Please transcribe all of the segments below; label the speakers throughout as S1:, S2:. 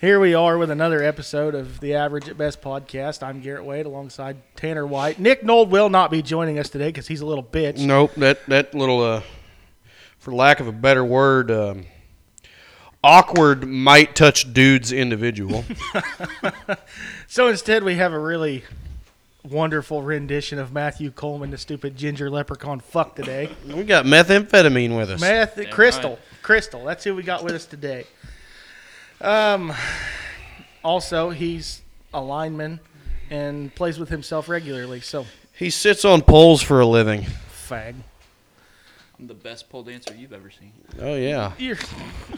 S1: Here we are with another episode of the Average at Best podcast. I'm Garrett Wade alongside Tanner White. Nick Nold will not be joining us today because he's a little bitch.
S2: Nope, that that little, uh, for lack of a better word, um, awkward might touch dudes individual.
S1: So instead, we have a really wonderful rendition of Matthew Coleman, the stupid ginger leprechaun fuck today.
S2: we got methamphetamine with us.
S1: Meth,
S3: Damn
S1: Crystal,
S3: right.
S1: Crystal. That's who we got with us today. Um, also he's a lineman and plays with himself regularly. So
S2: he sits on poles for a living.
S1: fag.
S3: I'm the best pole dancer you've ever seen.
S2: Oh yeah,
S1: You're,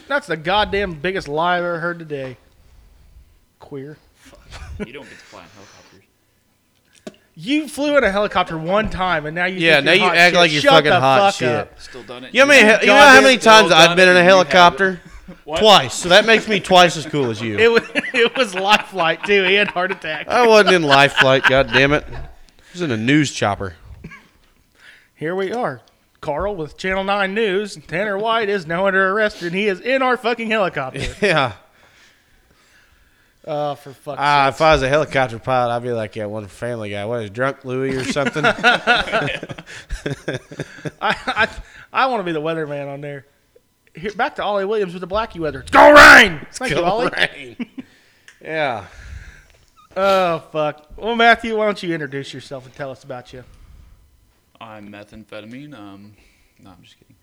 S1: that's the goddamn biggest lie I've ever heard today. Queer.
S3: You don't get to fly in helicopters.
S1: You flew in a helicopter one time, and now you
S2: Yeah,
S1: think
S2: now
S1: you're
S2: you
S1: hot
S2: act
S1: shit.
S2: like you're
S1: Shut
S2: fucking
S1: the
S2: hot
S1: fuck
S2: shit.
S1: Up.
S3: Still done it.
S2: you know, how many-
S3: haven't-
S2: you know how
S3: Goddamn
S2: many
S3: well
S2: times I've
S3: done
S2: been
S3: it,
S2: in a
S3: and you haven't.
S2: helicopter?
S3: What?
S2: Twice. So that makes me twice as cool as you.
S1: It was it was life flight too. He had heart attack.
S2: I wasn't in life flight. God damn it! I was in a news chopper.
S1: Here we are. Carl with Channel 9 News. Tanner White is now under arrest, and he is in our fucking helicopter.
S2: Yeah.
S1: Oh, for fuck's sake.
S2: Uh, if I was a helicopter pilot, I'd be like, yeah, one Family Guy. What is it, drunk Louie or something?
S1: I, I, I want to be the weatherman on there. Here, back to Ollie Williams with the Blackie weather. It's going rain! Thank you, Ollie.
S2: yeah.
S1: Oh, fuck. Well, Matthew, why don't you introduce yourself and tell us about you?
S3: I'm methamphetamine. Um, no, I'm just kidding.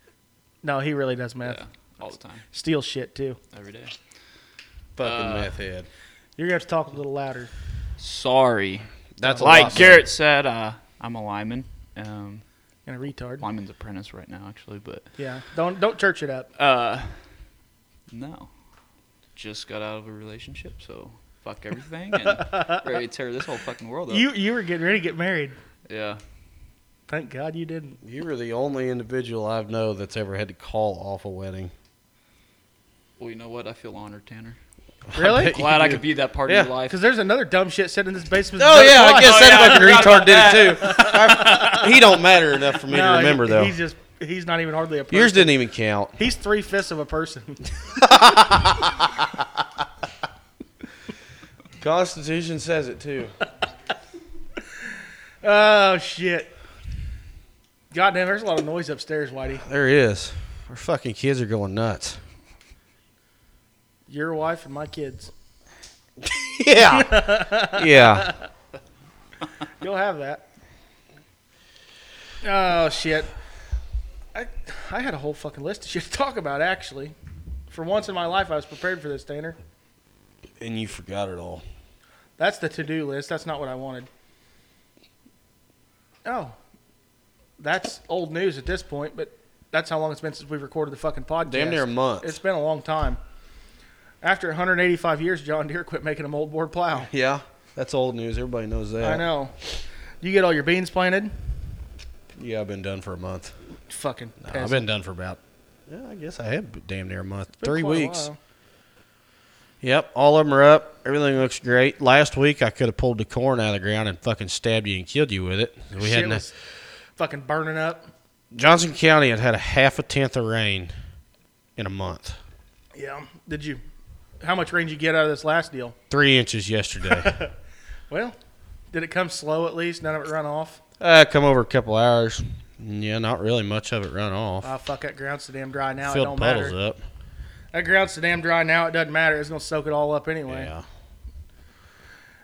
S1: No, he really does meth.
S3: Yeah, all the time,
S1: Steal shit, too.
S3: every day.
S2: Fucking
S3: Uh,
S2: meth head.
S1: You're going to have to talk a little louder.
S3: Sorry.
S2: That's
S3: like Garrett said, uh, I'm a lineman. Um,
S1: And a retard.
S3: lineman's apprentice right now, actually, but
S1: Yeah. Don't don't church it up.
S3: uh, no, just got out of a relationship, so fuck everything and ready to tear this whole fucking world up.
S1: You you were getting ready to get married.
S3: yeah,
S1: Thank God you didn't.
S2: You were the only individual I've know that's ever had to call off a wedding.
S3: well, you know what? I feel honored, Tanner.
S1: Really?
S3: Glad I could be that part
S2: Yeah.
S3: of your life.
S1: Because there's another dumb shit sitting in this basement.
S2: Oh yeah, I guess
S3: Oh,
S2: that
S3: yeah, I
S2: fucking retard
S3: forgot about
S2: did it too. I- he don't matter enough for me
S1: No,
S2: to remember
S1: he-
S2: though.
S1: He's just he's not even hardly a person.
S2: Yours didn't even count.
S1: He's three fifths of a person.
S2: Constitution says it too.
S1: oh shit. Goddamn, there's a lot of noise upstairs, Whitey.
S2: There is. Our fucking kids are going nuts.
S1: Your wife and my kids.
S2: Yeah. yeah.
S1: You'll have that. Oh shit. I I had a whole fucking list of shit to talk about actually. For once in my life I was prepared for this, Tanner.
S2: And you forgot it all.
S1: That's the to-do list. That's not what I wanted. Oh, that's old news at this point. But that's how long it's been since we recorded the fucking podcast.
S2: Damn near a month.
S1: It's been a long time. After 185 years, John Deere quit making a moldboard plow.
S2: Yeah. That's old news. Everybody knows that.
S1: I know. You get all your beans planted.
S2: Yeah, I've been done for a month.
S1: Fucking.
S2: No, I've
S1: peasant.
S2: been done for about. Yeah, I guess I had damn near a month.
S1: It's been
S2: Three
S1: quite a
S2: weeks.
S1: while.
S2: Yep, all of them are up. Everything looks great. Last week I could have pulled the corn out of the ground and fucking stabbed you and killed you with it. We
S1: Shit
S2: had no,
S1: was fucking burning up.
S2: Johnson County had had a half a tenth of rain in a month.
S1: Yeah. Did you? How much rain did you get out of this last deal?
S2: Three inches yesterday.
S1: Well, did it come slow at least? None of it run off.
S2: uh, come over a couple hours. Yeah, not really much of it run off.
S1: Ah, fuck that ground's so damn dry now. it
S2: Filled
S1: don't matter.
S2: puddles up.
S1: That ground's so damn dry now, it doesn't matter. It's going to soak it all up anyway.
S2: Yeah.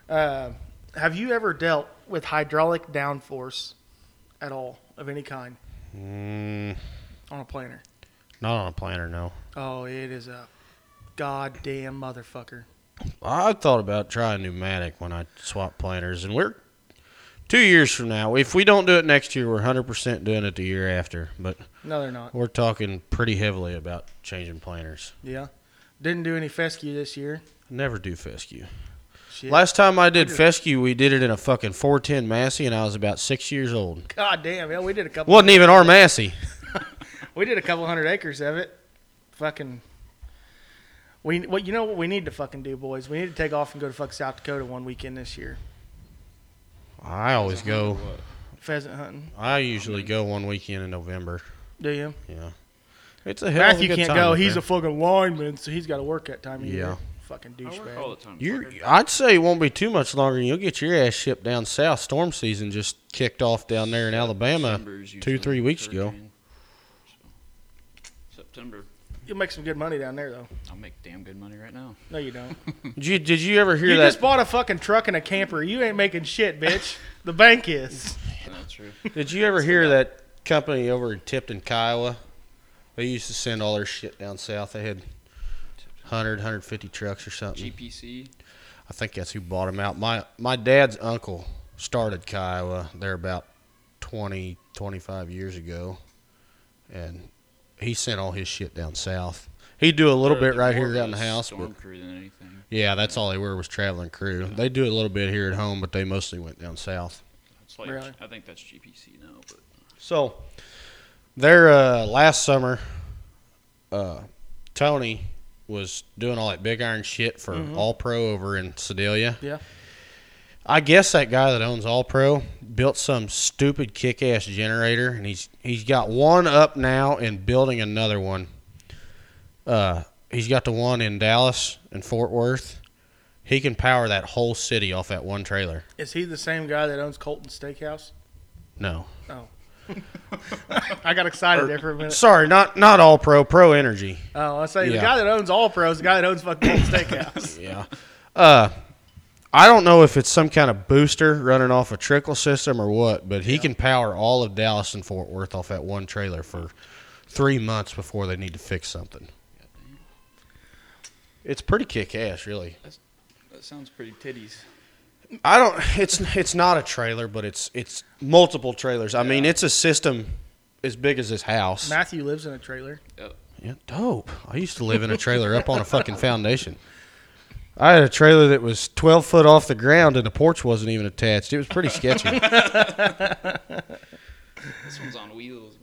S1: Uh, have you ever dealt with hydraulic downforce at all, of any kind,
S2: Mm,
S1: on a planer?
S2: not on a planter, no.
S1: Oh, it is a goddamn motherfucker.
S2: I thought about trying pneumatic when I swap planters, and we're two years from now. If we don't do it next year, we're hundred percent doing it the year after. But
S1: No, they're not.
S2: we're talking pretty heavily about changing planters.
S1: Yeah. Didn't do any fescue this year.
S2: Never do fescue.
S1: Shit.
S2: Last time I did fescue, we did it in a fucking 410 Massey, and I was about six years old.
S1: God damn, yeah, we did a couple.
S2: Wasn't even our Massey.
S1: We did a couple hundred acres of it. Fucking. We well, you know what we need to fucking do, boys. We need to take off and go to fuck South Dakota one weekend this year,
S2: I always go.
S1: pheasant hunting.
S2: I usually go one weekend in November.
S1: Do you?
S2: Yeah, it's a hell
S1: Matthew
S2: of a good
S1: can't
S2: time
S1: go.
S2: up
S1: He's
S2: there.
S1: a fucking lineman, so he's got to work that time of
S2: yeah.
S1: year. Fucking
S3: I work all
S1: douchebag.
S3: the time.
S2: You're,
S3: fucker.
S2: I'd say it won't be too much longer, and you'll get your ass shipped down south. Storm season just kicked off down there in Alabama.
S3: December's
S2: two,
S3: usually
S2: three weeks ago.
S3: hurricane. So, September,
S1: You'll make some good money down there though.
S3: I'll make damn good money right now.
S1: No, you don't.
S2: Did you, did you ever hear
S1: You
S2: that?
S1: just bought a fucking truck and a camper. You ain't making shit, bitch. The bank is.
S3: That's true.
S2: Did you ever hear that company over in Tipton, Kiowa? They used to send all their shit down south. They had 100, 150 trucks or something.
S3: GPC.
S2: I think that's who bought them out. My my dad's uncle started Kiowa there about 20, 25 years ago, and he sent all his shit down south. He'd do a little bit right here out in the house, but
S3: Storm crew than anything.
S2: yeah, that's all they were was traveling crew. They do a little bit here at home, but they mostly went down south.
S3: It's like,
S1: Really?
S3: I think that's GPC now, but
S2: So, there uh, last summer, uh, Tony was doing all that big iron shit for
S1: Mhm.
S2: All Pro over in Sedalia.
S1: Yeah.
S2: I guess that guy that owns All Pro built some stupid kick ass generator, and he's he's got one up now and building another one. Uh, he's got the one in Dallas and Fort Worth. He can power that whole city off that one trailer.
S1: Is he the same guy that owns Colton Steakhouse?
S2: No,
S1: I got excited there for a minute.
S2: sorry, not not All Pro, Pro Energy.
S1: Oh, I say the
S2: Yeah.
S1: guy that owns All Pro is the guy that owns fucking Colton Steakhouse.
S2: Yeah. Uh, I don't know if it's some kind of booster running off a trickle system or what, but he can power all of Dallas and Fort Worth off that one trailer for three months before they need to fix something. It's pretty kick ass, really.
S3: that sounds pretty titties.
S2: I don't. It's it's not a trailer, but it's it's multiple trailers. I mean, it's a system as big as this house.
S1: Matthew lives in a trailer.
S2: Yeah, dope. I used to live in a trailer up on a fucking foundation. I had a trailer that was 12 foot off the ground and the porch wasn't even attached. It was pretty sketchy.
S3: This one's on wheels,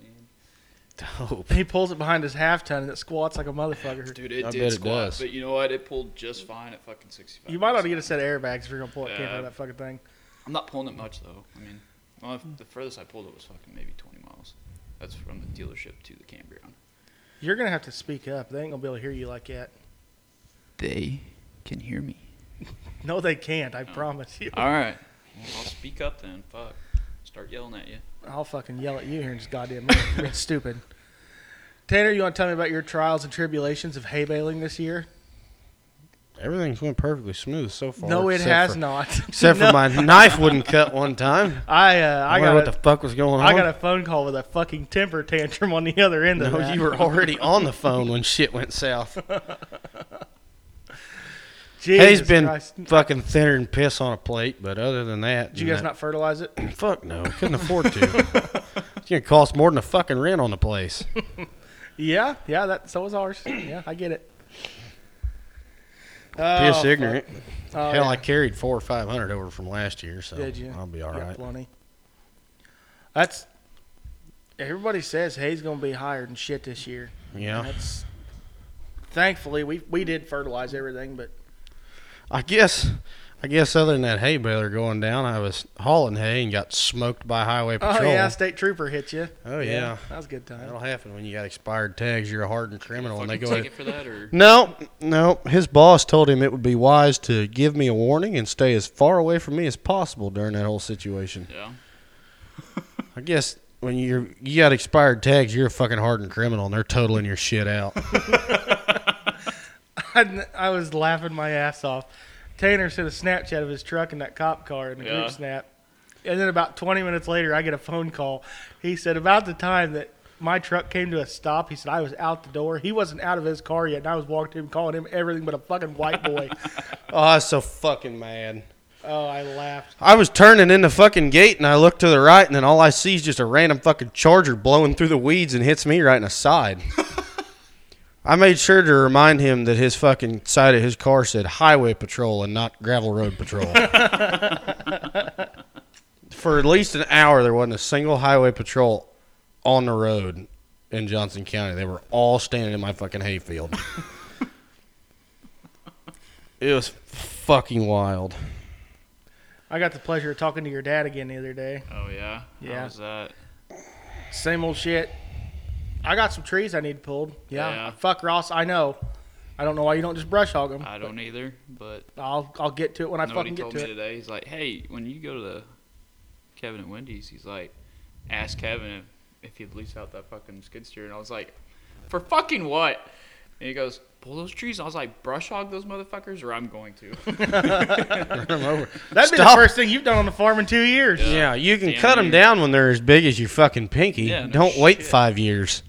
S3: man.
S2: dope.
S1: He pulls it behind his half ton and it squats like a motherfucker.
S3: Dude, it
S2: I
S3: did
S2: bet it
S3: squat,
S2: does.
S3: but you know what? It pulled just fine at fucking 65.
S1: You might ought to get a set of airbags if you're gonna pull a camper
S3: Yeah.
S1: out of that fucking thing.
S3: I'm not pulling it much though. I mean, well, if the furthest I pulled it was fucking maybe 20 miles. That's from the dealership to the campground.
S1: You're gonna have to speak up. They ain't gonna be able to hear you like that.
S3: They can hear me.
S1: No, they can't. I promise you.
S3: All right, well, I'll speak up then. Fuck, start yelling at you.
S1: I'll fucking yell at you here in just goddamn minute for being stupid. Tanner, you want to tell me about your trials and tribulations of hay baling this year?
S2: Everything's went perfectly smooth so far.
S1: no, it
S2: except
S1: has
S2: for-
S1: not.
S2: Except
S1: No.
S2: for my knife wouldn't cut one time.
S1: I uh,
S2: I,
S1: I
S2: wonder
S1: got
S2: what
S1: a,
S2: the fuck was going on.
S1: I got a phone call with a fucking temper tantrum on the other end of
S2: no,
S1: that.
S2: you were already on the phone when shit went south.
S1: Jesus
S2: Hay's been
S1: Christ.
S2: fucking thinner than piss on a plate, but other than that,
S1: Did you guys not fertilize it?
S2: Fuck no, couldn't afford to. it's gonna cost more than a fucking rent on the place.
S1: Yeah, yeah. That so was ours. Yeah, I get it.
S2: Piss
S1: Oh,
S2: ignorant.
S1: fuck. Oh,
S2: Hell,
S1: yeah.
S2: I carried four or five hundred over from last year, so
S1: Did you?
S2: I'll be all
S1: You got
S2: right.
S1: Plenty. That's everybody says hay's gonna be higher than shit this year.
S2: Yeah,
S1: That's thankfully we we did fertilize everything, but
S2: I guess. I guess other than that hay baler going down, I was hauling hay and got smoked by highway
S1: oh
S2: patrol.
S1: yeah, state trooper hit you.
S2: Oh, yeah.
S1: that was a good time.
S2: That'll happen when you got expired tags. You're a hardened criminal, and they
S3: Fucking
S2: go.
S3: take it for that, or
S2: No, no. His boss told him it would be wise to give me a warning and stay as far away from me as possible during that whole situation.
S3: yeah,
S2: I guess when you're you got expired tags, you're a fucking hardened criminal, and they're totaling your shit out.
S1: I, I was laughing my ass off. Tanner sent a Snapchat of his truck in that cop car in the
S3: Yeah.
S1: group snap. And then about 20 minutes later, I get a phone call. He said, about the time that my truck came to a stop, he said, I was out the door. He wasn't out of his car yet, and I was walking to him, calling him everything but a fucking white boy.
S2: oh, I was so fucking mad.
S1: oh, I laughed.
S2: I was turning in the fucking gate, and I look to the right, and then all I see is just a random fucking charger blowing through the weeds and hits me right in the side. I made sure to remind him that his fucking side of his car said highway patrol and not gravel road patrol. For at least an hour, there wasn't a single highway patrol on the road in Johnson County. They were all standing in my fucking hayfield. it was fucking wild.
S1: I got the pleasure of talking to your dad again the other day.
S3: oh yeah,
S1: Yeah.
S3: How was that?
S1: Same old shit. I got some trees I need pulled. Yeah.
S3: Yeah.
S1: Fuck Ross, I know. I don't know why you don't just brush hog them.
S3: I don't either, but
S1: I'll I'll get to it when I
S3: Nobody
S1: fucking get
S3: told
S1: to
S3: me
S1: it.
S3: today. He's like, hey, when you go to the Kevin and Wendy's, he's like, ask Kevin if, if he'd lease out that fucking skid steer. And I was like, for fucking what? And he goes, pull those trees. And I was like, brush hog those motherfuckers, or I'm going to.
S2: Turn 'em over.
S1: That'd be the
S2: Stop.
S1: first thing you've done on the farm in two years.
S3: Yeah.
S2: Yeah, you can
S3: Damn
S2: cut them
S3: near.
S2: down when they're as big as your fucking pinky.
S3: Yeah, no
S2: Don't wait
S3: shit.
S2: five years.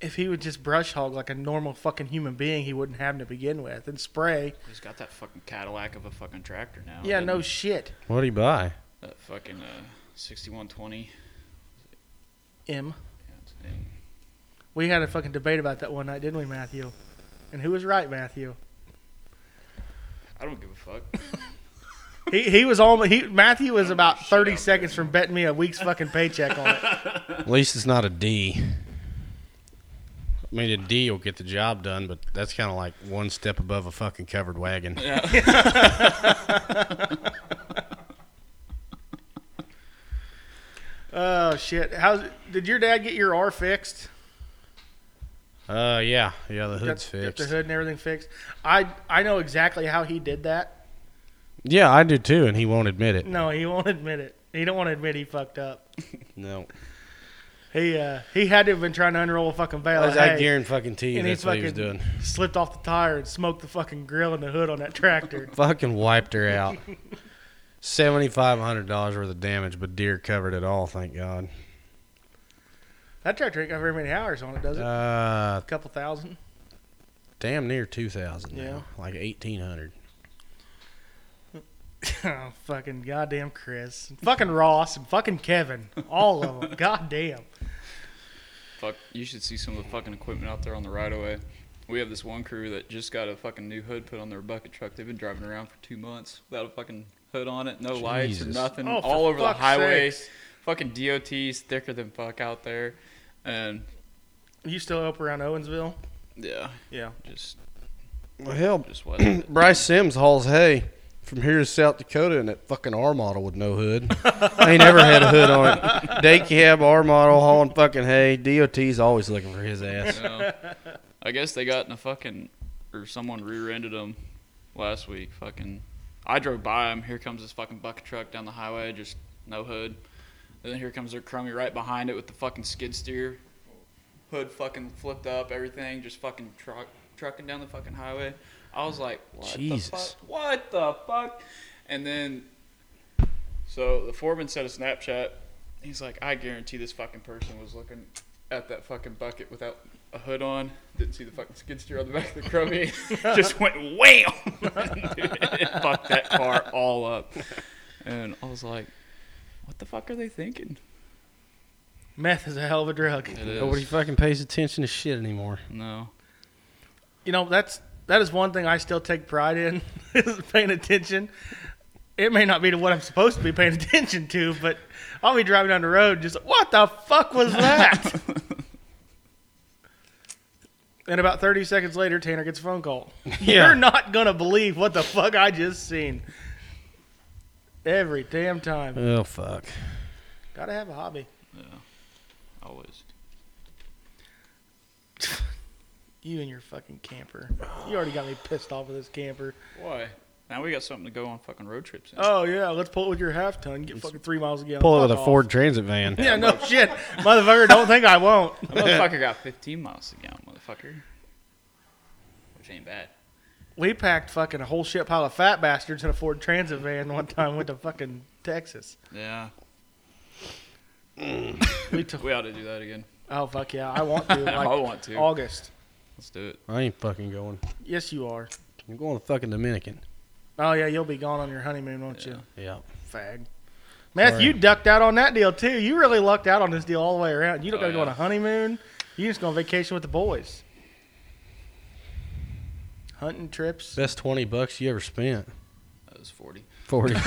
S1: If he would just brush hog like a normal fucking human being, he wouldn't have 'em to begin with, and spray.
S3: he's got that fucking Cadillac of a fucking tractor now.
S1: yeah,
S3: doesn't
S1: no
S3: he?
S1: shit.
S2: What'd he buy?
S3: that fucking uh, 6120.
S1: M.
S3: Yeah, it's a thing.
S1: We had a fucking debate about that one night, didn't we, Matthew? And who was right, Matthew?
S3: I don't give a fuck.
S1: He he was almost he Matthew was
S3: Oh,
S1: about
S3: shit,
S1: thirty
S3: I'll be
S1: seconds from betting me a week's fucking paycheck on it.
S2: At least it's not a D. I mean, a D will get the job done, but that's kind of like one step above a fucking covered wagon.
S1: Oh shit! How's did your dad get your R fixed?
S2: Uh, yeah, yeah, the hood's
S1: Got- got
S2: fixed.
S1: The hood and everything fixed. I I know exactly how he did that.
S2: Yeah, I do too, and he won't admit it.
S1: No, he won't admit it. He don't want to admit he fucked up.
S2: No,
S1: He uh he had to have been trying to unroll a fucking
S2: I
S1: veil.
S2: was
S1: Oh, Hey,
S2: I guarantee fucking to you
S1: and
S2: that's
S1: he
S2: what
S1: fucking
S2: he was doing.
S1: slipped off the tire and smoked the fucking grill and the hood on that tractor.
S2: Fucking wiped her out. Seventy five hundred dollars worth of damage, but deer covered it all. Thank God.
S1: that tractor ain't got very many hours on it, does it?
S2: Uh,
S1: a couple thousand.
S2: damn near two thousand.
S1: Yeah.
S2: Yeah, like eighteen hundred.
S1: Oh, fucking goddamn Chris. Fucking Ross and fucking Kevin. All of them. goddamn. Oh,
S3: Fuck, you should see some of the fucking equipment out there on the right of way. We have this one crew that just got a fucking new hood put on their bucket truck. They've been driving around for two months without a fucking hood on it, no lights or
S2: Jesus.
S3: nothing,
S1: Oh, for
S3: all over the
S1: fuck's
S3: highways. Fucking DOTs thicker than fuck out there, and
S1: You still up around Owensville?
S3: yeah,
S1: Yeah.
S3: just
S2: Well, hell,
S3: just what. it is.
S2: Bryce Sims hauls hay from here to South Dakota in that fucking R model with no hood. I ain't never had a hood on it. Day cab R model hauling fucking hay. DOT's always looking for his ass.
S3: So, I guess they got in a fucking or someone rear-ended them last week. Fucking, I drove by them. Here comes this fucking bucket truck down the highway, just no hood. And then here comes their crummy right behind it with the fucking skid steer, hood fucking flipped up, everything, just fucking truck trucking down the fucking highway. I was like, what
S2: Jesus.
S3: the fuck? What the fuck? And then, so the foreman sent a Snapchat. He's like, I guarantee this fucking person was looking at that fucking bucket without a hood on. Didn't see the fucking skid steer on the back of the crummy. Just went wham! it fucked that car all up. And I was like, what the fuck are they thinking?
S1: Meth is a hell of a drug.
S3: It is.
S2: Nobody fucking pays attention to shit anymore.
S3: No.
S1: You know, that's that is one thing I still take pride in is paying attention. It may not be to what I'm supposed to be paying attention to, but I'll be driving down the road just like, what the fuck was that? and about 30 seconds later, Tanner gets a phone call. You're not gonna believe what the fuck I just seen. Every damn time.
S2: Oh fuck.
S1: Gotta have a hobby.
S3: Yeah. Always.
S1: You and your fucking camper. You already got me pissed off with this camper.
S3: Why? Now we got something to go on fucking road trips. In.
S1: Oh yeah, let's pull it with your half ton. Get fucking three miles a gallon.
S2: Pull it with
S1: Fuck
S2: a
S1: off.
S2: Ford Transit van.
S1: Yeah, no shit, motherfucker. Don't think I won't.
S3: That motherfucker got 15 miles a gallon, motherfucker. Which ain't bad.
S1: We packed fucking a whole shit pile of fat bastards in a Ford Transit van one time. Went to fucking Texas.
S3: Yeah.
S1: We took.
S3: We ought to do that again.
S1: Oh fuck yeah, I want to.
S3: I
S1: Like
S3: want to.
S1: August.
S3: Let's do it.
S2: I ain't fucking going.
S1: Yes, you are.
S2: I'm going to fucking Dominican.
S1: Oh yeah, you'll be gone on your honeymoon, won't you?
S2: Yeah.
S1: fag. Math,
S2: Sorry.
S1: you ducked out on that deal too. You really lucked out on this deal all the way around. You don't
S3: Oh,
S1: gotta go on
S3: yeah.
S1: a honeymoon. You just go on vacation with the boys. Hunting trips.
S2: Best twenty bucks you ever spent.
S3: That was 40.
S2: Forty.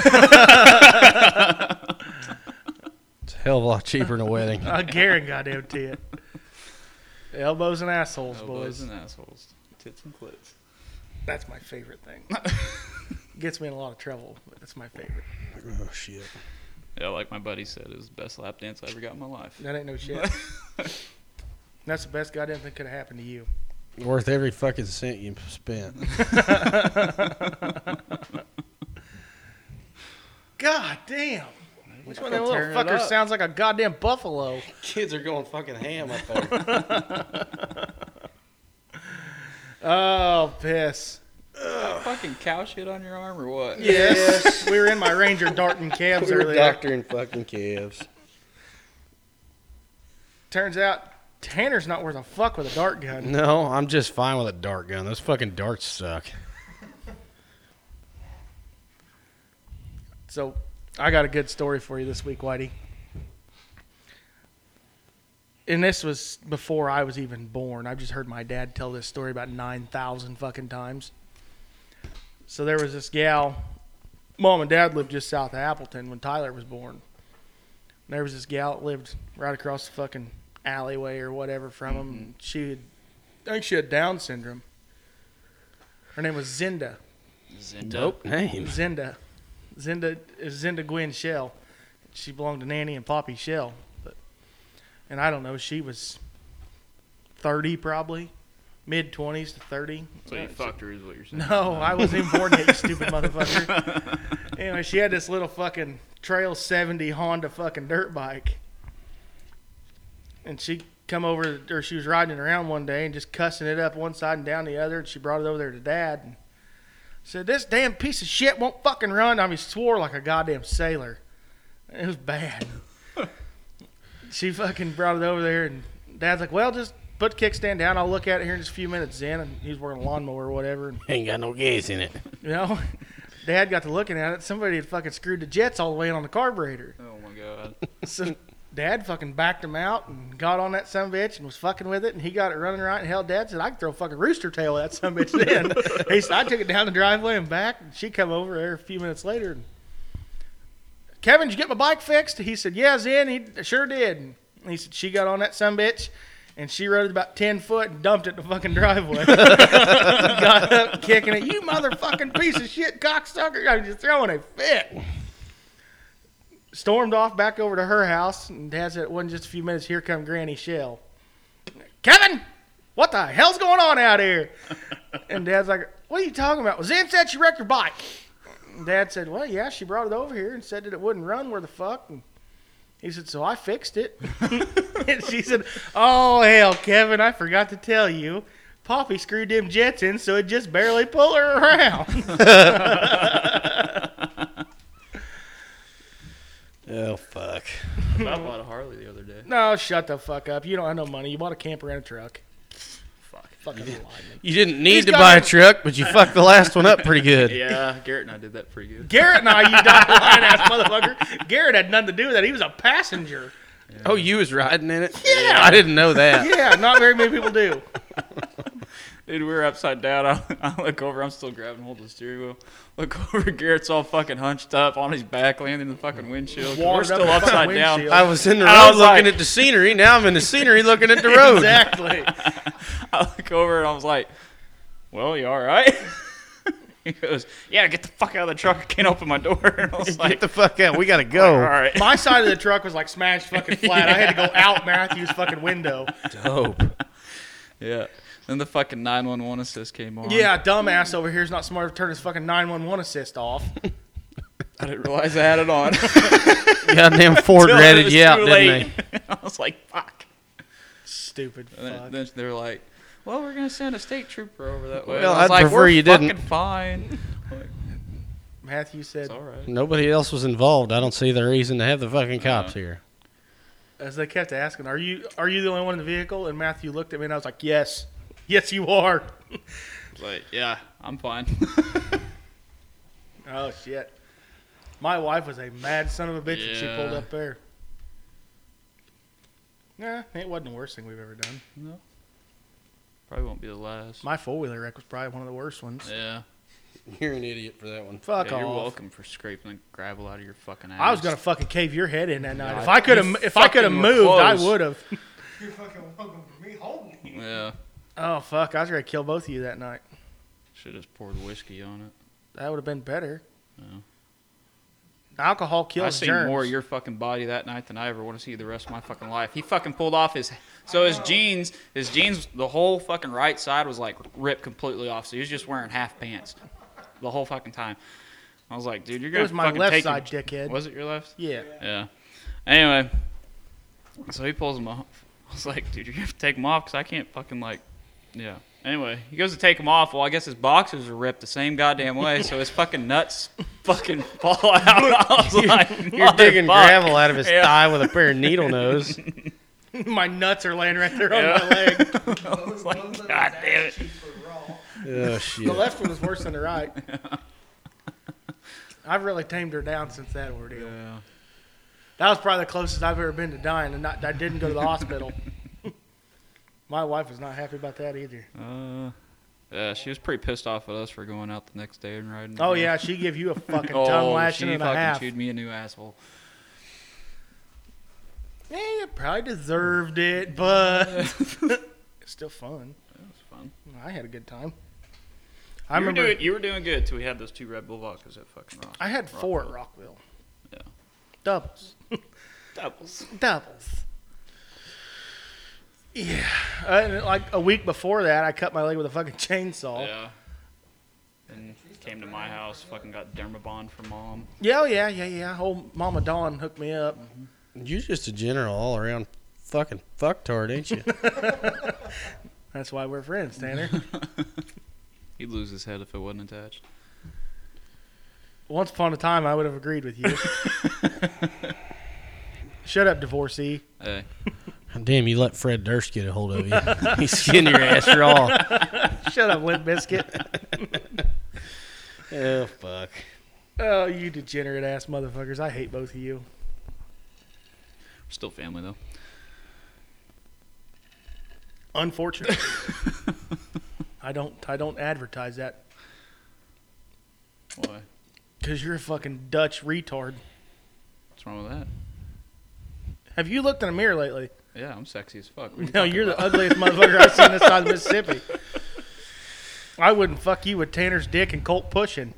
S2: it's a hell of a lot cheaper than a wedding.
S1: I guarantee goddamn to it. Elbows and assholes,
S3: Elbows
S1: boys.
S3: and assholes. Tits and clits.
S1: That's my favorite thing. Gets me in a lot of trouble, but that's my favorite.
S2: Oh shit.
S3: Yeah, like my buddy said, it was the best lap dance I ever got in my life.
S1: That ain't no shit. that's the best goddamn thing could have happened to you.
S2: Worth every fucking cent you spent.
S1: God damn. Which one of them little
S3: Tearing it
S1: fuckers
S3: up.
S1: sounds like a goddamn buffalo?
S2: Kids are going fucking ham up there.
S1: Oh, piss.
S3: Fucking cow shit on your arm or what?
S1: Yes. we were in my Ranger darting calves
S2: We're
S1: earlier.
S2: doctoring fucking calves.
S1: Turns out Tanner's not worth a fuck with a dart gun.
S2: No, I'm just fine with a dart gun. Those fucking darts suck.
S1: So I got a good story for you this week, Whitey. And this was before I was even born. I've just heard my dad tell this story about 9,000 fucking times. So there was this gal. Mom and dad lived just south of Appleton when Tyler was born. And there was this gal that lived right across the fucking alleyway or whatever from him. And She had, I think she had Down syndrome. Her name was Zinda.
S2: Dope name.
S1: Zinda. Zinda is Zinda Gwen Shell. She belonged to Nanny and Poppy Shell. But, and I don't know, she was 30 probably, mid 20s to 30.
S3: So you fucked her, is what you're saying?
S1: No, I wasn't even born yet, you stupid motherfucker. Anyway, she had this little fucking Trail 70 Honda fucking dirt bike. And she come over, or she was riding it around one day and just cussing it up one side and down the other. And she brought it over there to dad and said, This damn piece of shit won't fucking run. I mean, swore like a goddamn sailor. It was bad. she fucking brought it over there, and dad's like, Well, just put the kickstand down. I'll look at it here in just a few minutes in. And he was working a lawnmower or whatever. And
S2: Ain't got no gas in it.
S1: you know, Dad got to looking at it. Somebody had fucking screwed the jets all the way in on the carburetor.
S3: Oh my god.
S1: So Dad fucking backed him out and got on that son of a bitch and was fucking with it. And he got it running right. And hell, Dad said, I can throw a fucking rooster tail at that son of a bitch then. he said, I took it down the driveway and back. And she come over there a few minutes later. And, Kevin, did you get my bike fixed? He said, Yeah, Zen. He sure did. And he said, She got on that son of a bitch. And she rode it about 10 foot and dumped it in the fucking driveway. got up kicking it. You motherfucking piece of shit, cocksucker. I was just throwing a fit. Stormed off back over to her house, and Dad said it wasn't just a few minutes. Here come Granny Shell. Kevin, what the hell's going on out here? And Dad's like, What are you talking about? Well, Zen said she wrecked her bike. And Dad said, Well, yeah, she brought it over here and said that it wouldn't run. Where the fuck? And he said, So I fixed it. and she said, Oh, hell, Kevin, I forgot to tell you. Poppy screwed them jets in, so it just barely pulled her around.
S2: Oh fuck.
S3: I bought a Harley the other day.
S1: no, shut the fuck up. You don't have no money. You bought a camper and a truck.
S3: Fuck.
S1: Fucking lineman.
S2: You didn't need
S1: He's
S2: to
S1: got
S2: buy a
S1: it.
S2: truck, but you fucked the last one up pretty good.
S3: Yeah, Garrett and I did that pretty good.
S1: Garrett and I, you dumb lying ass motherfucker. Garrett had nothing to do with that. He was a passenger.
S2: Oh, you was riding in it? Yeah. I didn't know that.
S1: Yeah, not very many people do.
S3: Dude, we were upside down. I, I look over. I'm still grabbing hold of the steering wheel. Look over. Garrett's all fucking hunched up on his back, landing in the fucking windshield. 'cause We're
S1: Wadded up
S3: still
S1: the fucking
S3: upside down.
S1: windshield.
S2: I was in the
S3: I
S2: road
S3: was
S2: looking
S3: like-
S2: at the scenery. Now I'm in the scenery looking at the road.
S1: Exactly.
S3: I look over and I was like, "Well, you all right?" he goes, "Yeah, get the fuck out of the truck. I can't open my door." And I was
S2: Get
S3: like,
S2: the fuck out. We got to
S3: "All
S2: go.
S3: right."
S1: My side of the truck was like smashed fucking flat. I had to go out Matthew's fucking window.
S2: Dope.
S3: Yeah. Then the fucking 911 assist came on.
S1: Yeah, dumbass over here is not smart to turn his fucking 911 assist off.
S3: I didn't realize I had it on.
S2: Goddamn Ford
S3: Until it
S2: ratted
S3: was
S2: you out,
S3: too
S2: didn't they?
S3: late. I was like, "Fuck."
S1: Stupid
S3: And then,
S1: fuck.
S3: then they're like, "Well, we're gonna send a state trooper over that way."
S2: Well,
S3: I was
S2: I'd
S3: like,
S2: prefer
S3: "We're
S2: you
S3: fucking
S2: didn't."
S3: fine." I'm like,
S1: Matthew said,
S3: it's all right.
S2: Nobody else was involved. I don't see the reason to have the fucking cops here.
S1: as they kept asking, "Are you are you the only one in the vehicle?" And Matthew looked at me and I was like, "Yes, yes, you are."
S3: Like, yeah, I'm fine.
S1: Oh shit! My wife was a mad son of a bitch when she
S3: Yeah.
S1: pulled up there. Nah, it wasn't the worst thing we've ever done.
S3: Probably won't be the last.
S1: My four wheeler wreck was probably one of the worst ones.
S3: yeah.
S2: You're an idiot for that one.
S1: Fuck
S3: Yeah,
S1: off.
S3: you're welcome for scraping the gravel out of your fucking ass.
S1: I was gonna fucking cave your head in that night.
S3: Yeah,
S1: if I could
S3: you
S1: have, if I could have
S3: fucking were
S1: moved, I
S3: close.
S1: would have.
S3: Yeah.
S1: Oh fuck! I was gonna kill both of you that night.
S3: Should have poured whiskey on it.
S1: That would have been better.
S3: Yeah.
S1: Alcohol kills
S3: I seen
S1: germs.
S3: more of your fucking body that night than I ever want to see the rest of my fucking life. He fucking pulled off his so his jeans, his jeans, the whole fucking right side was like ripped completely off. So he was just wearing half pants the whole fucking time. I was like, dude, you're gonna
S1: was my
S3: fucking
S1: left
S3: take
S1: side,
S3: your,
S1: dickhead.
S3: Was it your left?
S1: yeah.
S3: Yeah. Anyway, so he pulls them off. I was like, dude, you have to take them off because I can't fucking like, yeah. Anyway, he goes to take them off. Well, I guess his boxers are ripped the same goddamn way, so his fucking nuts fucking fall out. I was like,
S2: You're digging
S3: "Motherfuck."
S2: gravel out of his
S3: Yeah.
S2: thigh with a pair of needle nose.
S1: my nuts are laying right there
S3: Yeah.
S1: on my leg.
S3: I was like, God damn it.
S2: oh
S1: The
S2: shit!
S1: left one is worse than the right. I've really tamed her down since that ordeal.
S3: Yeah.
S1: That was probably the closest I've ever been to dying, and not, I didn't go to the hospital. My wife was not happy about that either.
S3: Uh, yeah, she was pretty pissed off at us for going out the next day and riding.
S1: Oh yeah, she gave you a fucking tongue
S3: Oh,
S1: lashing
S3: she
S1: and a
S3: fucking
S1: half.
S3: chewed me a new asshole.
S1: Yeah, you probably deserved it, but it's still fun.
S3: That was fun.
S1: I had a good time. I
S3: I you,
S1: remember
S3: were doing, you were doing good till we had those two Red Bull vodkas at fucking Ross.
S1: I had four at Rockville.
S3: Yeah.
S1: Doubles.
S3: Doubles.
S1: Doubles. Yeah. Uh, and like a week before that, I cut my leg with a fucking chainsaw.
S3: Yeah. And came to my house, fucking got Dermabond from mom.
S1: Yeah, oh, yeah, yeah, yeah. Old Mama Dawn hooked me up.
S2: You're just a general all around fucking fucktard, ain't you?
S1: That's why we're friends, Tanner.
S3: He'd lose his head if it wasn't attached.
S1: Once upon a time, I would have agreed with you. Shut up, divorcee.
S3: Hey,
S2: Damn, you let Fred Durst get a hold of you. He's skin your ass raw.
S1: Shut up, Limp Biscuit.
S2: Oh fuck!
S1: Oh, you degenerate ass motherfuckers. I hate both of you.
S3: still family though.
S1: Unfortunately. I don't I don't advertise that
S3: Why?
S1: cuz you're a fucking Dutch retard.
S3: What's wrong with that?
S1: Have you looked in a mirror lately?
S3: Yeah, I'm sexy as fuck. What are you
S1: No,
S3: talking
S1: you're the
S3: about?
S1: ugliest motherfucker I've seen this side of the Mississippi. I wouldn't fuck you with Tanner's dick and Colt pushing.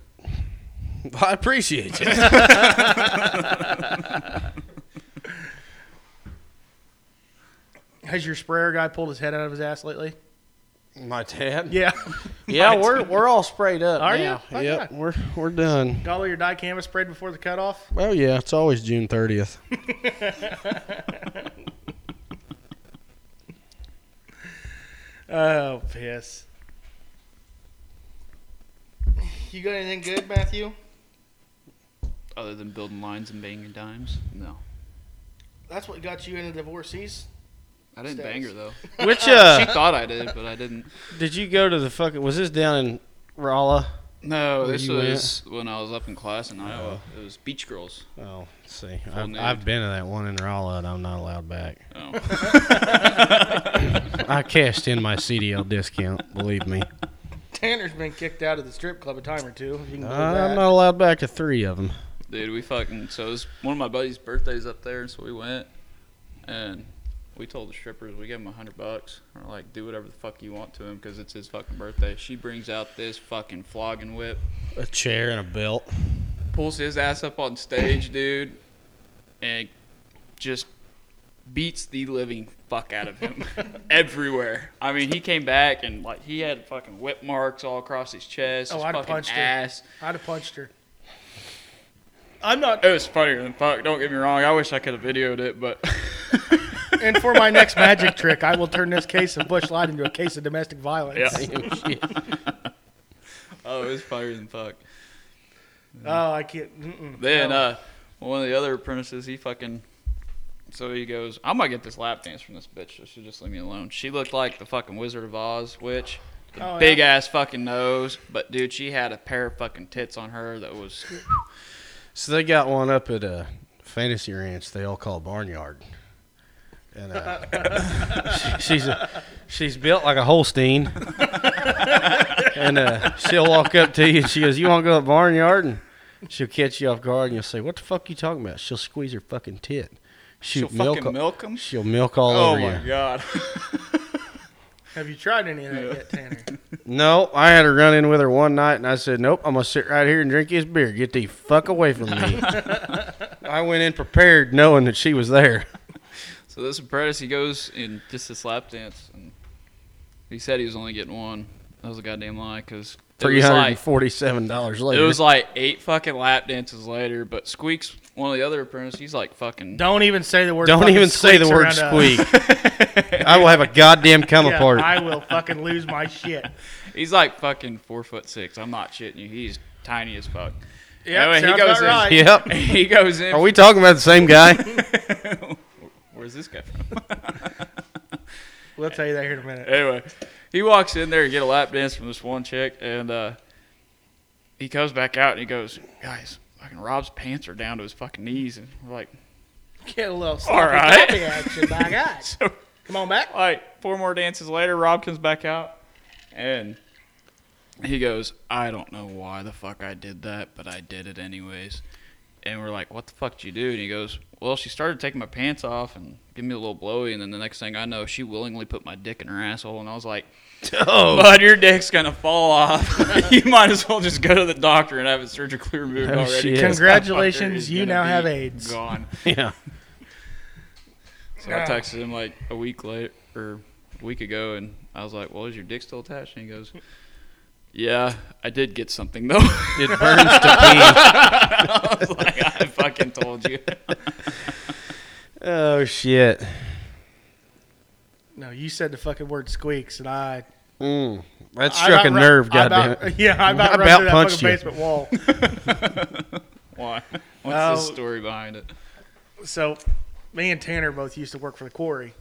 S2: I appreciate you.
S1: Has your sprayer guy pulled his head out of his ass lately?
S2: My dad.
S1: Yeah.
S2: Yeah, we're we're all sprayed up.
S1: Are you?
S2: now.
S1: Fuck
S2: Yep,
S1: yeah.
S2: we're we're done.
S1: Got all your dye canvas sprayed before the cutoff?
S2: Well, yeah, it's always June thirtieth.
S1: Oh, piss. You got anything good, Matthew?
S3: Other than building lines and banging dimes? No.
S1: That's what got you into divorcees?
S3: I didn't bang her though.
S2: Which uh,
S3: She thought I did, but I didn't.
S2: did you go to the fucking? Was this down in Rolla?
S3: No, this
S2: you at?
S3: was when I was up in class in Iowa. It was Beach Girls.
S2: Oh, let's see,
S3: Full
S2: I've,
S3: nude.
S2: I've been to that one in Rolla, and I'm not allowed back.
S3: Oh.
S2: I cashed in my CDL discount. Believe me,
S1: Tanner's been kicked out of the strip club a time or two. if you can believe
S2: I'm
S1: that.
S2: not allowed back to three of them.
S3: Dude, we fucking so it was one of my buddy's birthdays up there, so we went and we told the strippers we gave him a hundred bucks or like do whatever the fuck you want to him because it's his fucking birthday. She brings out this fucking flogging whip,
S2: A chair and a belt.
S3: pulls his ass up on stage, dude, and just beats the living fuck out of him everywhere. I mean, he came back and like he had fucking whip marks all across his chest,
S1: Oh,
S3: his
S1: I'd have
S3: fucking
S1: punched her.
S3: ass.
S1: I'd have punched her. I'm not.
S3: It was funnier than fuck. Don't get me wrong. I wish I could have videoed it, but.
S1: And for my next magic trick, I will turn this case of bush light into a case of domestic violence.
S3: Oh, it was fire than fuck.
S1: Oh, I can't. Mm-mm.
S3: Then
S1: No.
S3: uh, one of the other apprentices, he fucking. So he goes, I'm gonna get this lap dance from this bitch. So she just leave me alone. She looked like the fucking Wizard of Oz witch. The
S1: Oh, yeah.
S3: big ass fucking nose, but dude, she had a pair of fucking tits on her that was.
S2: So they got one up at a fantasy ranch. They all call barnyard. And uh, she- she's a, she's built like a Holstein. and uh, she'll walk up to you and she goes, "You want to go up barnyard?" And she'll catch you off guard and you'll say, "What the fuck you talking about?" She'll squeeze her fucking tit. Shoot
S3: She'll
S2: milk. Oh
S3: fucking milk 'em?
S2: She'll milk all
S3: Oh
S2: over
S3: my
S2: you.
S3: god.
S1: Have you tried any of that
S3: Yeah.
S1: yet, Tanner?
S2: No, I had a run in with her one night, and I said, "Nope, I'm gonna sit right here and drink this beer. Get the fuck away from me." I went in prepared, knowing that she was there.
S3: So this apprentice, he goes in just this lap dance, and he said he was only getting one. That was a goddamn lie, because it
S2: Three
S3: was
S2: hundred
S3: like
S2: and forty-seven dollars
S3: it
S2: later.
S3: was like eight fucking lap dances later. But Squeaks, one of the other apprentices, he's like fucking.
S1: Don't even say the word.
S2: Don't
S1: fucking
S2: even say the
S1: squeaks
S2: word
S1: around us.
S2: squeak. I will have a goddamn come
S1: Yeah,
S2: apart.
S1: I will fucking lose my shit.
S3: He's like fucking four foot six. I'm not shitting you. He's tiny as fuck.
S1: Yeah,
S3: Anyway, he
S1: sounds
S3: goes
S1: about
S3: in.
S1: right.
S2: Yep.
S3: he goes in.
S2: Are we talking about the same guy?
S3: Where's this guy from?
S1: We'll tell you that here in a minute.
S3: anyway, he walks in there to get a lap dance from this one chick, and uh, he comes back out and he goes, "Guys, fucking Rob's pants are down to his fucking knees," and we're like,
S1: Get a little
S3: All right.
S1: sloppy action, my God.
S3: so
S1: Come on back.
S3: like four more dances later, Rob comes back out, and he goes, "I don't know why the fuck I did that, but I did it anyways." And we're like, "What the fuck did you do?" And he goes, "Well, she started taking my pants off and giving me a little blowy, and then the next thing I know, she willingly put my dick in her asshole." And I was like.
S2: oh,
S3: Bud, your dick's gonna fall off. you might as well just go to the doctor and have it surgically removed
S2: Oh,
S3: already.
S2: shit.
S3: 'cause that
S1: Congratulations,
S3: fucker is
S1: you
S3: gonna
S1: now
S3: be
S1: have AIDS.
S3: Gone.
S2: yeah.
S3: So
S1: Yeah.
S3: I texted him like a week later or a week ago, and I was like, "Well, is your dick still attached?" And he goes, "Yeah, I did get something though." I
S2: It burns to
S3: was like, "I fucking told you."
S2: pee. Oh shit.
S1: No, you said the fucking word squeaks, and I
S2: Mm, that
S1: I
S2: struck a
S1: about ru-
S2: nerve.
S1: I
S2: Goddamn
S1: about-
S2: it.
S1: Yeah, I about,
S2: I
S1: rushed
S2: about
S1: through that
S2: punched
S1: fucking
S2: you.
S1: basement wall.
S3: Why? What's
S1: Uh,
S3: the story behind it?
S1: So, me and Tanner both used to work for the quarry,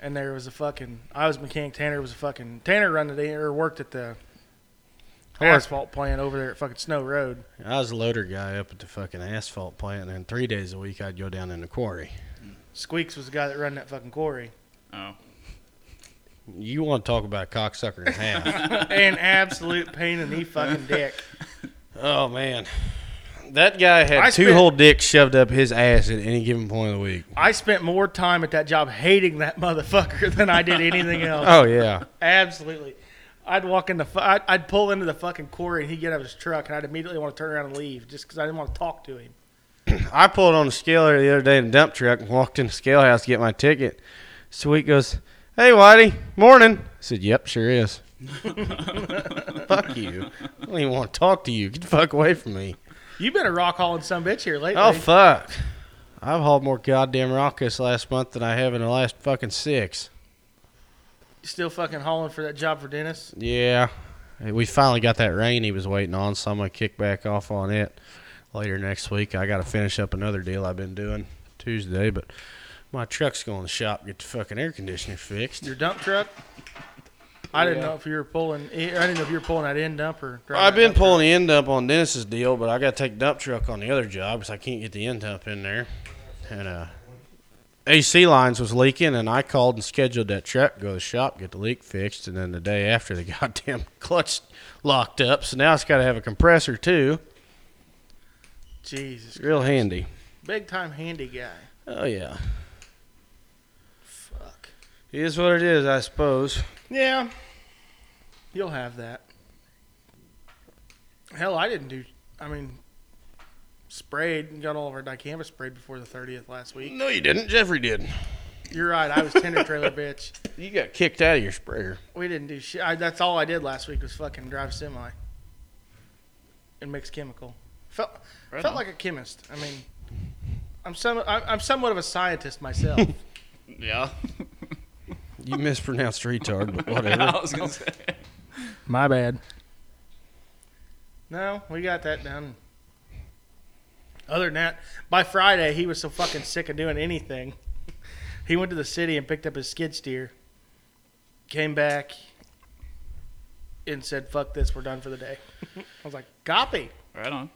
S1: and there was a fucking. I was mechanic. Tanner was a fucking. Tanner run the or worked at the
S2: worked-
S1: asphalt plant over there at fucking Snow Road.
S2: I was a loader guy up at the fucking asphalt plant, and then three days a week I'd go down in the quarry.
S1: Squeaks was the guy that run that fucking quarry,
S3: Oh,
S2: You want to talk about a cocksucker in half?
S1: and absolute pain in the fucking dick.
S2: oh man, that guy had
S1: I
S2: two
S1: spent-
S2: whole dicks shoved up his ass at any given point of the week.
S1: I spent more time at that job hating that motherfucker than I did anything else.
S2: Oh yeah,
S1: Absolutely. I'd walk in the, fu- I'd, I'd pull into the fucking quarry and he'd get out of his truck and I'd immediately want to turn around and leave just because I didn't want to talk to him.
S2: I pulled on the scaler the other day in a dump truck and walked in the scale house to get my ticket. Sweet goes, "Hey Whitey, morning." I said, "Yep, sure is." fuck you! I don't even want to talk to you. Get the fuck away from me.
S1: You've been a rock hauling some bitch here lately.
S2: Oh fuck! I've hauled more goddamn rock this last month than I have in the last fucking six.
S1: You Still fucking hauling for that job for Dennis.
S2: Yeah, we finally got that rain he was waiting on, so I'm gonna kick back off on it later next week. I got to finish up another deal I've been doing Tuesday, but my truck's going to the shop get the fucking air conditioner fixed.
S1: Your dump truck. I didn't
S3: Yeah.
S1: know if you were pulling. I didn't know if you were pulling that end dump or. driving
S2: I've
S1: that
S2: been
S1: dump
S2: pulling the end up on Dennis's deal, but I got to take dump truck on the other job because I can't get the end dump in there, and uh. AC lines was leaking, and I called and scheduled that truck to go to the shop, get the leak fixed, and then the day after, the goddamn clutch locked up. So now it's got to have a compressor too.
S1: truck. Jesus,
S2: It's real handy.
S1: big time handy guy.
S2: Oh yeah,
S1: Fuck.
S2: it is what it is, I suppose.
S1: Yeah. You'll have that. Hell, I didn't do. I mean, sprayed and got all of our dicamba sprayed before the thirtieth last week.
S2: No, you didn't. Jeffrey did.
S1: You're right. I was tender trailer bitch.
S2: You got kicked out of your sprayer.
S1: We didn't do shit. I, that's all I did last week was fucking drive semi and mix chemical. Felt
S3: Right
S1: felt
S3: on.
S1: like a chemist. I mean, I'm some I, I'm somewhat of a scientist myself.
S3: yeah.
S2: You mispronounced retard, but whatever.
S3: I was gonna say.
S1: My bad. No, we got that done. Other than that, by Friday he was so fucking sick of doing anything. He went to the city and picked up his skid steer. Came back and said, "Fuck this, we're done for the day." I was like, "Copy."
S3: Right on.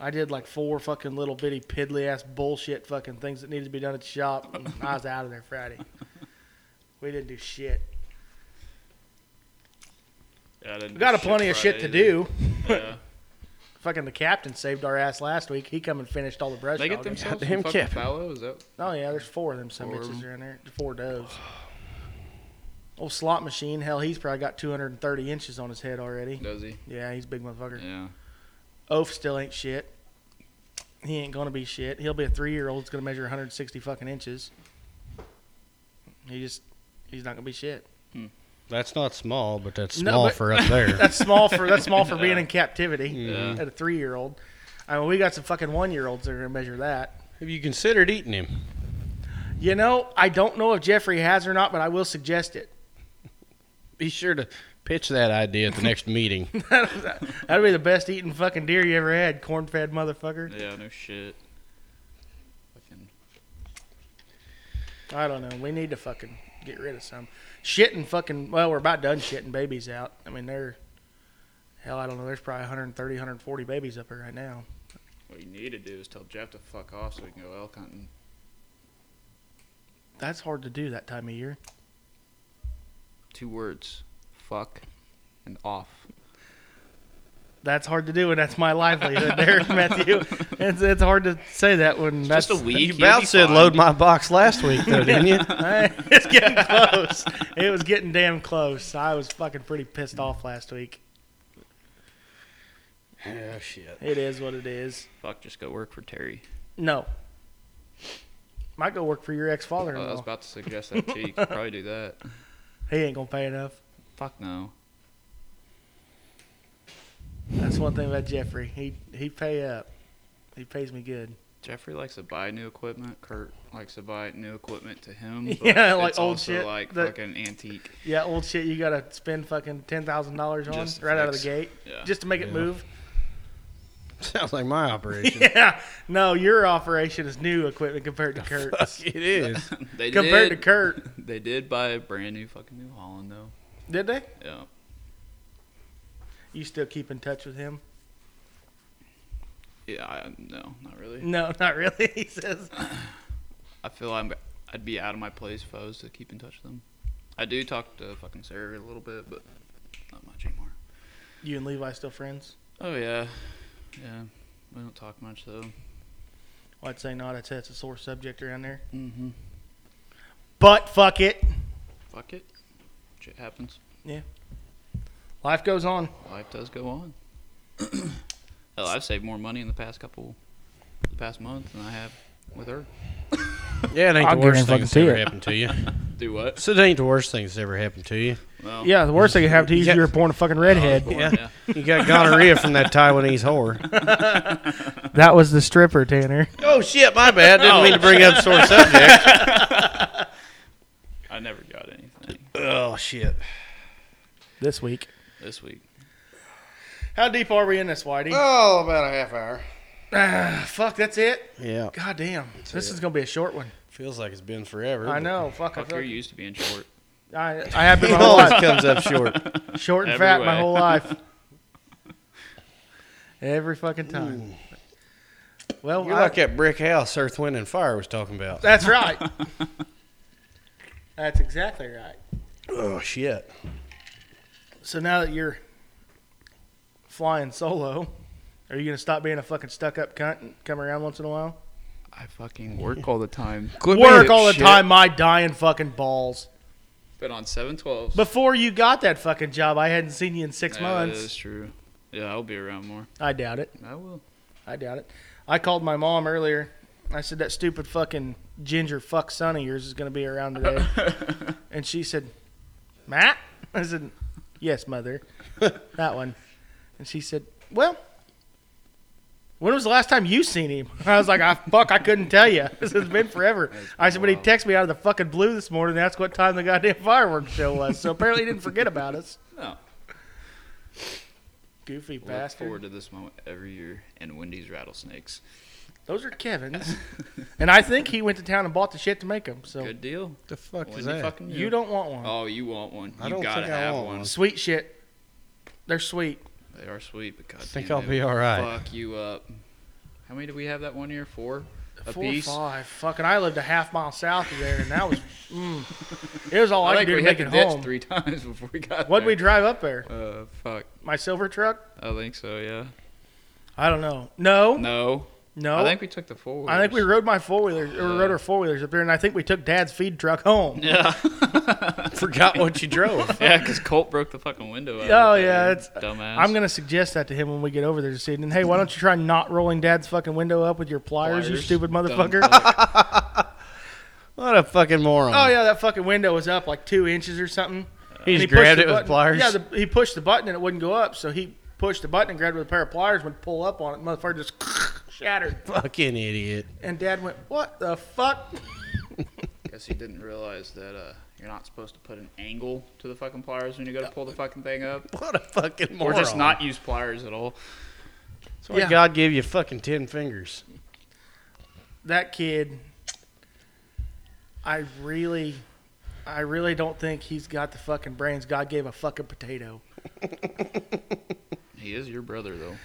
S1: I did like four fucking little bitty piddly ass bullshit fucking things that needed to be done at the shop. And I was out of there Friday. We didn't do shit.
S3: Yeah, I didn't
S1: We
S3: do
S1: got a
S3: shit
S1: plenty of shit
S3: Friday
S1: to do.
S3: either. Yeah.
S1: fucking the captain saved our ass last week. He come and finished all the brush.
S3: They get
S1: hogging.
S3: themselves
S2: Goddamn
S3: some fucking
S2: Kevin.
S3: fallow. Is that
S1: Oh yeah, there's four of them some
S3: Four of
S1: bitches
S3: them.
S1: are in there. Four doves. Old slot machine. Hell, he's probably got 230 inches on his head already.
S3: does he?
S1: Yeah, he's a big motherfucker.
S3: Yeah.
S1: Oaf still ain't shit. He ain't gonna be shit. He'll be a three year old. that's gonna measure 160 fucking inches. He just, he's not gonna be shit.
S2: That's not small, but that's
S1: No,
S2: small
S1: but-
S2: for up there.
S1: That's small for that's small for being in captivity
S3: Yeah.
S1: at a three year old. I mean, we got some fucking one year olds that are gonna measure that.
S2: Have you considered eating him?
S1: You know, I don't know if Jeffrey has or not, but I will suggest it.
S2: Be sure to pitch that idea at the next meeting.
S1: That'd be the best eating fucking deer you ever had, corn fed motherfucker.
S3: Yeah. No shit. Fucking.
S1: I don't know. We need to fucking get rid of some shitting fucking. Well, we're about done shitting babies out. I mean, they're hell. I don't know. There's probably 130, 140 babies up here right now.
S3: What you need to do is tell Jeff to fuck off so we can go elk hunting.
S1: That's hard to do that time of year.
S3: Two words: fuck and off.
S1: That's hard to do, and that's my livelihood there, Matthew. It's, it's hard to say that when that's
S3: Just a week.
S2: you
S3: you'll
S2: about
S3: be
S2: said
S3: fine.
S2: load my box last week, though, didn't you?
S1: it's getting close. It was getting damn close. I was fucking pretty pissed off last week.
S2: oh shit!
S1: It is what it is.
S3: Fuck. Just go work for Terry.
S1: No. Might go work for your ex father
S3: Well,
S1: in
S3: Oh, I was
S1: law.
S3: about to suggest that too. You could probably do that.
S1: He ain't gonna pay enough.
S3: Fuck no.
S1: That's one thing about Jeffrey. He he pay up. He pays me good.
S3: Jeffrey likes to buy new equipment. Kurt likes to buy new equipment to him.
S1: Yeah, like
S3: it's
S1: old
S3: also
S1: shit
S3: Like
S1: that-
S3: fucking antique.
S1: Yeah, old shit you gotta spend fucking ten thousand dollars on
S3: Just to
S1: right out of the
S3: fix.
S1: gate.
S3: Yeah.
S1: Just to make it
S2: Yeah.
S1: move.
S2: Sounds like my operation.
S1: Yeah. No, your operation is new equipment compared to Kurt's.
S2: it is.
S3: they
S1: Compared to
S3: did.
S1: Kurt.
S3: They did buy a brand new fucking New Holland though.
S1: Did they?
S3: Yeah.
S1: You still keep in touch with him?
S3: Yeah. I, no, not really.
S1: No, not really. He says
S3: I feel I'm. I'd be out of my place if I was to keep in touch with them. I do talk to fucking Sarah a little bit, but not much anymore.
S1: you and Levi still friends?
S3: Oh yeah, yeah. We don't talk much though.
S1: Well, I'd say not. I'd say it's a sore subject around there.
S3: Mm-hmm.
S1: But fuck it.
S3: Fuck it. Shit happens.
S1: Life goes on.
S3: Life does go on. Hell, I've saved more money in the past couple, the past month than I have with her.
S2: Yeah, it ain't
S1: I'll give
S2: the
S1: him
S2: worst thing
S1: fucking
S2: that's
S1: to
S2: ever
S1: it.
S2: happened to you.
S3: Do what?
S2: So it ain't the worst thing that's ever happened to you.
S3: Well,
S1: Yeah, the worst thing that happened to you is
S2: Yeah.
S1: you were born a fucking redhead.
S3: Born,
S2: Yeah. You got gonorrhea from that Taiwanese whore.
S1: That was the stripper, Tanner.
S2: Oh shit! My bad. Didn't mean to bring up sore subject.
S3: I never got anything
S2: oh shit!
S1: This week.
S3: this week.
S1: How deep are we in this, Whitey?
S2: Oh, about a half hour.
S1: Ah, fuck, that's it?
S2: Yeah.
S1: God damn. this is going to be a short one.
S2: Feels like it's been forever.
S1: I know. Fuck, I,
S3: Fuck, you're
S1: feel-
S3: used to being short.
S1: I, I have been
S2: It
S1: my whole
S2: always
S1: life.
S2: comes up short.
S1: Short and
S3: Every
S1: fat my
S3: way.
S1: whole life. Every fucking time. Well,
S2: You're
S1: I-
S2: like that brick house Earth, Wind, and Fire was talking about.
S1: that's right. that's exactly right.
S2: Oh shit!
S1: So now that you're flying solo, are you going to stop being a fucking stuck up cunt and come around once in a while?
S3: I fucking work all the time. Quit
S1: Work all the time, my dying fucking balls.
S3: Been on seven twelve.
S1: Before you got that fucking job, I hadn't seen you in six months.
S3: That's true. Yeah, I'll be around more.
S1: I doubt it.
S3: I will.
S1: I doubt it. I called my mom earlier. I said that stupid fucking ginger fuck son of yours is going to be around today, and she said, "Matt." I said, "Yes, mother." that one, and she said, "Well." When was the last time you seen him? I was like, I fuck, I couldn't tell you. This has been forever. I said, but he texted me out of the fucking blue this morning. That's what time the goddamn fireworks show was. So apparently, he didn't forget about us.
S3: No.
S1: Goofy
S3: Look forward
S1: bastard.
S3: to this moment every year and Wendy's rattlesnakes.
S1: Those are Kevin's, and I think he went to town and bought the shit to make them. So
S3: Good deal.
S2: The fuck
S3: Wendy
S2: is that?
S3: fucking knew.
S1: You don't want one.
S3: Oh, you want one?
S2: I
S3: You
S2: don't
S3: gotta
S2: think I
S3: have
S2: want
S3: one.
S2: one.
S1: Sweet shit. They're sweet.
S3: They are sweet, but god
S2: I think
S3: damn,
S2: I'll
S3: they
S2: be
S3: will
S2: all right.
S3: Fuck you up. How many did we have that one year? Four. A
S1: Four
S3: piece.
S1: or five. Fucking, I lived a half mile south of there, and that was, mm, it was all I,
S3: I
S1: could
S3: think
S1: do
S3: we
S1: to
S3: hit
S1: make
S3: the
S1: it
S3: ditch
S1: home.
S3: three times before we got
S1: What'd we
S3: there.
S1: drive up there?
S3: Uh, fuck.
S1: My silver truck.
S3: I think so. Yeah.
S1: I don't know. No, no.
S3: No. I think we took the four.
S1: we rode my four wheelers or rode our four wheelers up there, and I think we took Dad's feed truck home.
S3: Yeah.
S2: Forgot what you drove.
S3: yeah, because Colt broke the fucking window. Out
S1: Oh
S3: of it,
S1: yeah,
S3: you
S1: it's
S3: dumbass.
S1: I'm gonna suggest that to him when we get over there this evening. Hey, why don't you try not rolling Dad's fucking window up with your pliers, you
S3: Pliers.
S1: stupid
S3: Dumb
S1: motherfucker?
S3: fuck.
S2: What a fucking moron.
S1: Oh yeah, that fucking window was up like two inches or something.
S2: He
S1: And
S2: just
S1: pushed
S2: grabbed
S1: the
S2: it with
S1: button.
S2: pliers.
S1: Yeah, the, he pushed the button and it wouldn't go up, so he pushed the button and grabbed it with a pair of pliers. Would pull up on it, motherfucker just shattered.
S2: Fucking idiot.
S1: And Dad went, "What the fuck?"
S3: Guess he didn't realize that uh, you're not supposed to put an angle to the fucking pliers when you go to pull the fucking thing up,
S2: What a fucking
S3: or
S2: moron.
S3: just not use pliers at all.
S2: That's why
S1: Yeah.
S2: God gave you fucking ten fingers.
S1: That kid, I really, I really don't think he's got the fucking brains God gave a fucking potato.
S3: He is your brother, though.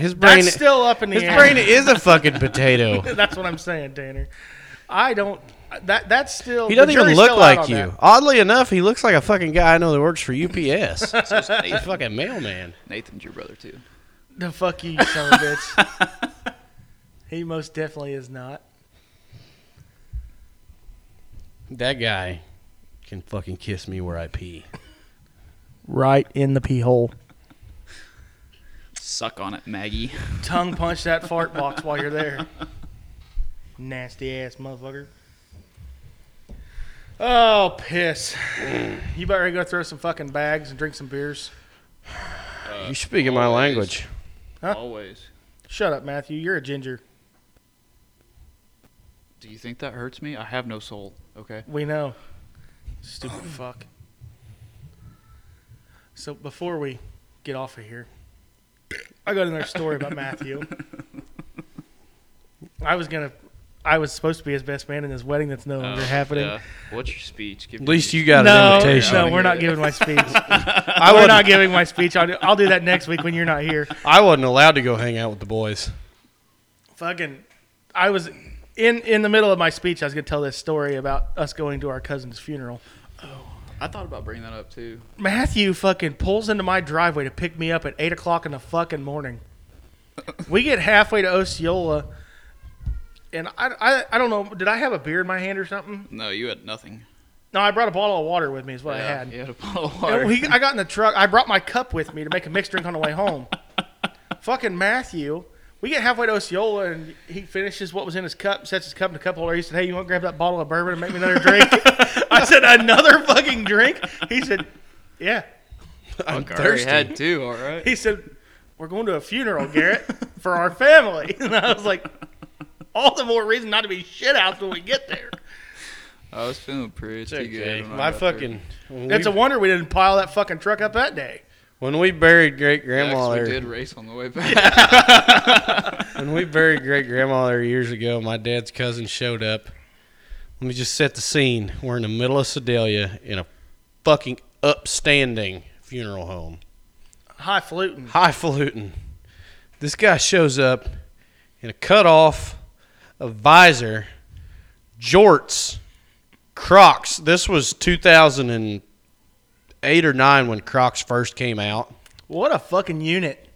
S2: His brain.
S1: That's still up in the
S2: his
S1: air.
S2: brain is a fucking potato.
S1: That's what I'm saying, Tanner. I don't. That that's still.
S2: He doesn't
S1: the
S2: even
S1: jury's
S2: look
S1: still out
S2: like
S1: on
S2: you.
S1: that.
S2: Oddly enough, he looks like a fucking guy I know that works for UPS.
S3: So it's
S2: He's a
S3: Nathan.
S2: fucking mailman.
S3: Nathan's your brother too.
S1: The fuck you, you son of a bitch. he most definitely is not.
S2: That guy can fucking kiss me where I pee.
S1: Right in the pee hole.
S3: Suck on it, Maggie.
S1: Tongue punch that fart box while you're there. Nasty ass motherfucker. Oh piss! you better go throw some fucking bags and drink some beers. Uh,
S2: you speak in my
S3: always.
S2: language.
S1: Huh?
S3: Always.
S1: Shut up, Matthew. You're a ginger.
S3: Do you think that hurts me? I have no soul. Okay.
S1: We know. Stupid fuck. So before we get off of here, I got another story about Matthew. I was gonna, I was supposed to be his best man in this wedding that's no longer
S3: Uh,
S1: happening.
S3: yeah. What's your speech? Give
S2: At
S3: me
S2: least
S3: your-
S2: you got
S1: no,
S2: an invitation.
S1: no, we're not giving my speech. I we're not giving my speech. I'll do, I'll do that next week when you're not here.
S2: I wasn't allowed to go hang out with the boys.
S1: Fucking, I was in in the middle of my speech. I was gonna tell this story about us going to our cousin's funeral.
S3: I thought about bringing that up too.
S1: Matthew fucking pulls into my driveway to pick me up at eight o'clock in the fucking morning. We get halfway to Osceola, and I, I, I don't know. Did I have a beer in my hand or something?
S3: No, you had nothing.
S1: No, I brought a bottle of water with me. Is what I
S3: yeah,
S1: had.
S3: You had a bottle of
S1: And
S3: water.
S1: we- I got in the truck. I brought my cup with me to make a mixed drink on the way home. Fucking Matthew. We get halfway to Osceola and he finishes what was in his cup, sets his cup in the cup holder. He said, Hey, you want to grab that bottle of bourbon and make me another drink? I said, Another fucking drink? He said, Yeah.
S2: I'm
S3: Fuck, I already
S2: thirsty.
S3: had two. All right.
S1: He said, We're going to a funeral, Garrett, for our family. And I was like, All the more reason not to be shit outs when we get there.
S3: I was feeling pretty
S2: It's okay.
S3: good. when I
S2: My
S3: got there.
S2: fucking. When
S1: It's a
S2: we,
S1: wonder we didn't pile that fucking truck up that day.
S2: when we buried great
S3: Yeah, 'cause
S2: grandma
S3: we did
S2: there,
S3: race on the way back.
S2: when we buried great grandma there years ago, my dad's cousin showed up. Let me just set the scene. We're in the middle of Sedalia in a fucking upstanding funeral home.
S1: Highfalutin.
S2: highfalutin. This guy shows up in a cutoff, a visor, jorts, Crocs. This was 2008 or 9 when Crocs first came out.
S1: What a fucking unit.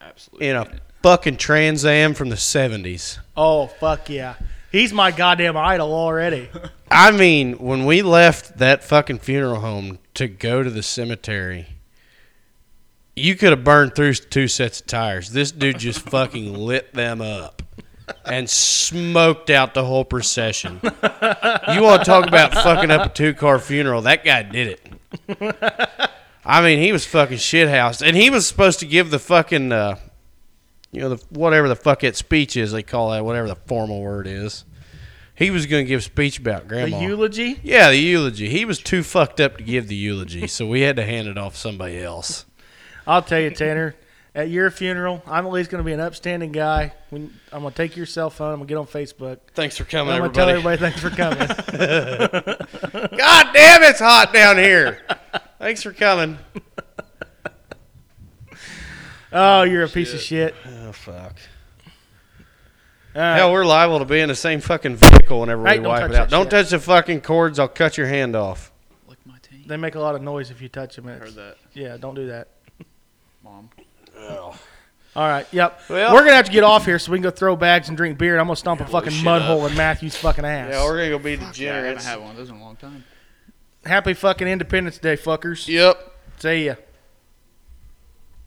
S3: Absolutely.
S2: In a fucking Trans Am from the 70s.
S1: Oh, fuck yeah. He's my goddamn idol already.
S2: I mean, when we left that fucking funeral home to go to the cemetery, you could have burned through two sets of tires. This dude just fucking lit them up and smoked out the whole procession. You want to talk about fucking up a two car funeral? That guy did it. I mean, he was fucking shithoused, and he was supposed to give the fucking, uh, you know, the whatever the fuck it speech is they call that, whatever the formal word is. He was going to give a speech about
S1: The
S2: grandma.
S1: eulogy?
S2: Yeah, the eulogy. He was too fucked up to give the eulogy, so we had to hand it off to somebody else.
S1: I'll tell you, Tanner. At your funeral, I'm at least going to be an upstanding guy. When I'm going to take your cell phone, I'm going to get on Facebook.
S2: Thanks for coming,
S1: I'm going to tell everybody thanks for coming.
S2: God damn, it's hot down here. Thanks for coming.
S1: oh, you're a piece of shit.
S2: Oh fuck.
S1: All right.
S2: Hell, we're liable to be in the same fucking vehicle whenever
S1: Right,
S2: we
S1: don't
S2: wipe
S1: touch
S2: it out.
S1: that
S2: Don't
S1: shit.
S2: touch the fucking cords. I'll cut your hand off.
S3: Lick my teeth.
S1: They make a lot of noise if you touch them.
S3: Heard
S1: It's,
S3: that,
S1: yeah, don't do that.
S3: mom.
S1: All right. Yep.
S3: Well-
S1: we're gonna have to get off here so we can go throw bags and drink beer, and I'm gonna stomp a fucking
S4: shit
S1: mud
S4: up.
S1: hole in Matthew's fucking ass.
S2: Yeah, we're gonna go be
S3: Yeah, I haven't
S2: degenerates.
S3: had one of those in a long time.
S1: Happy fucking Independence Day, fuckers.
S3: Yep.
S1: See ya.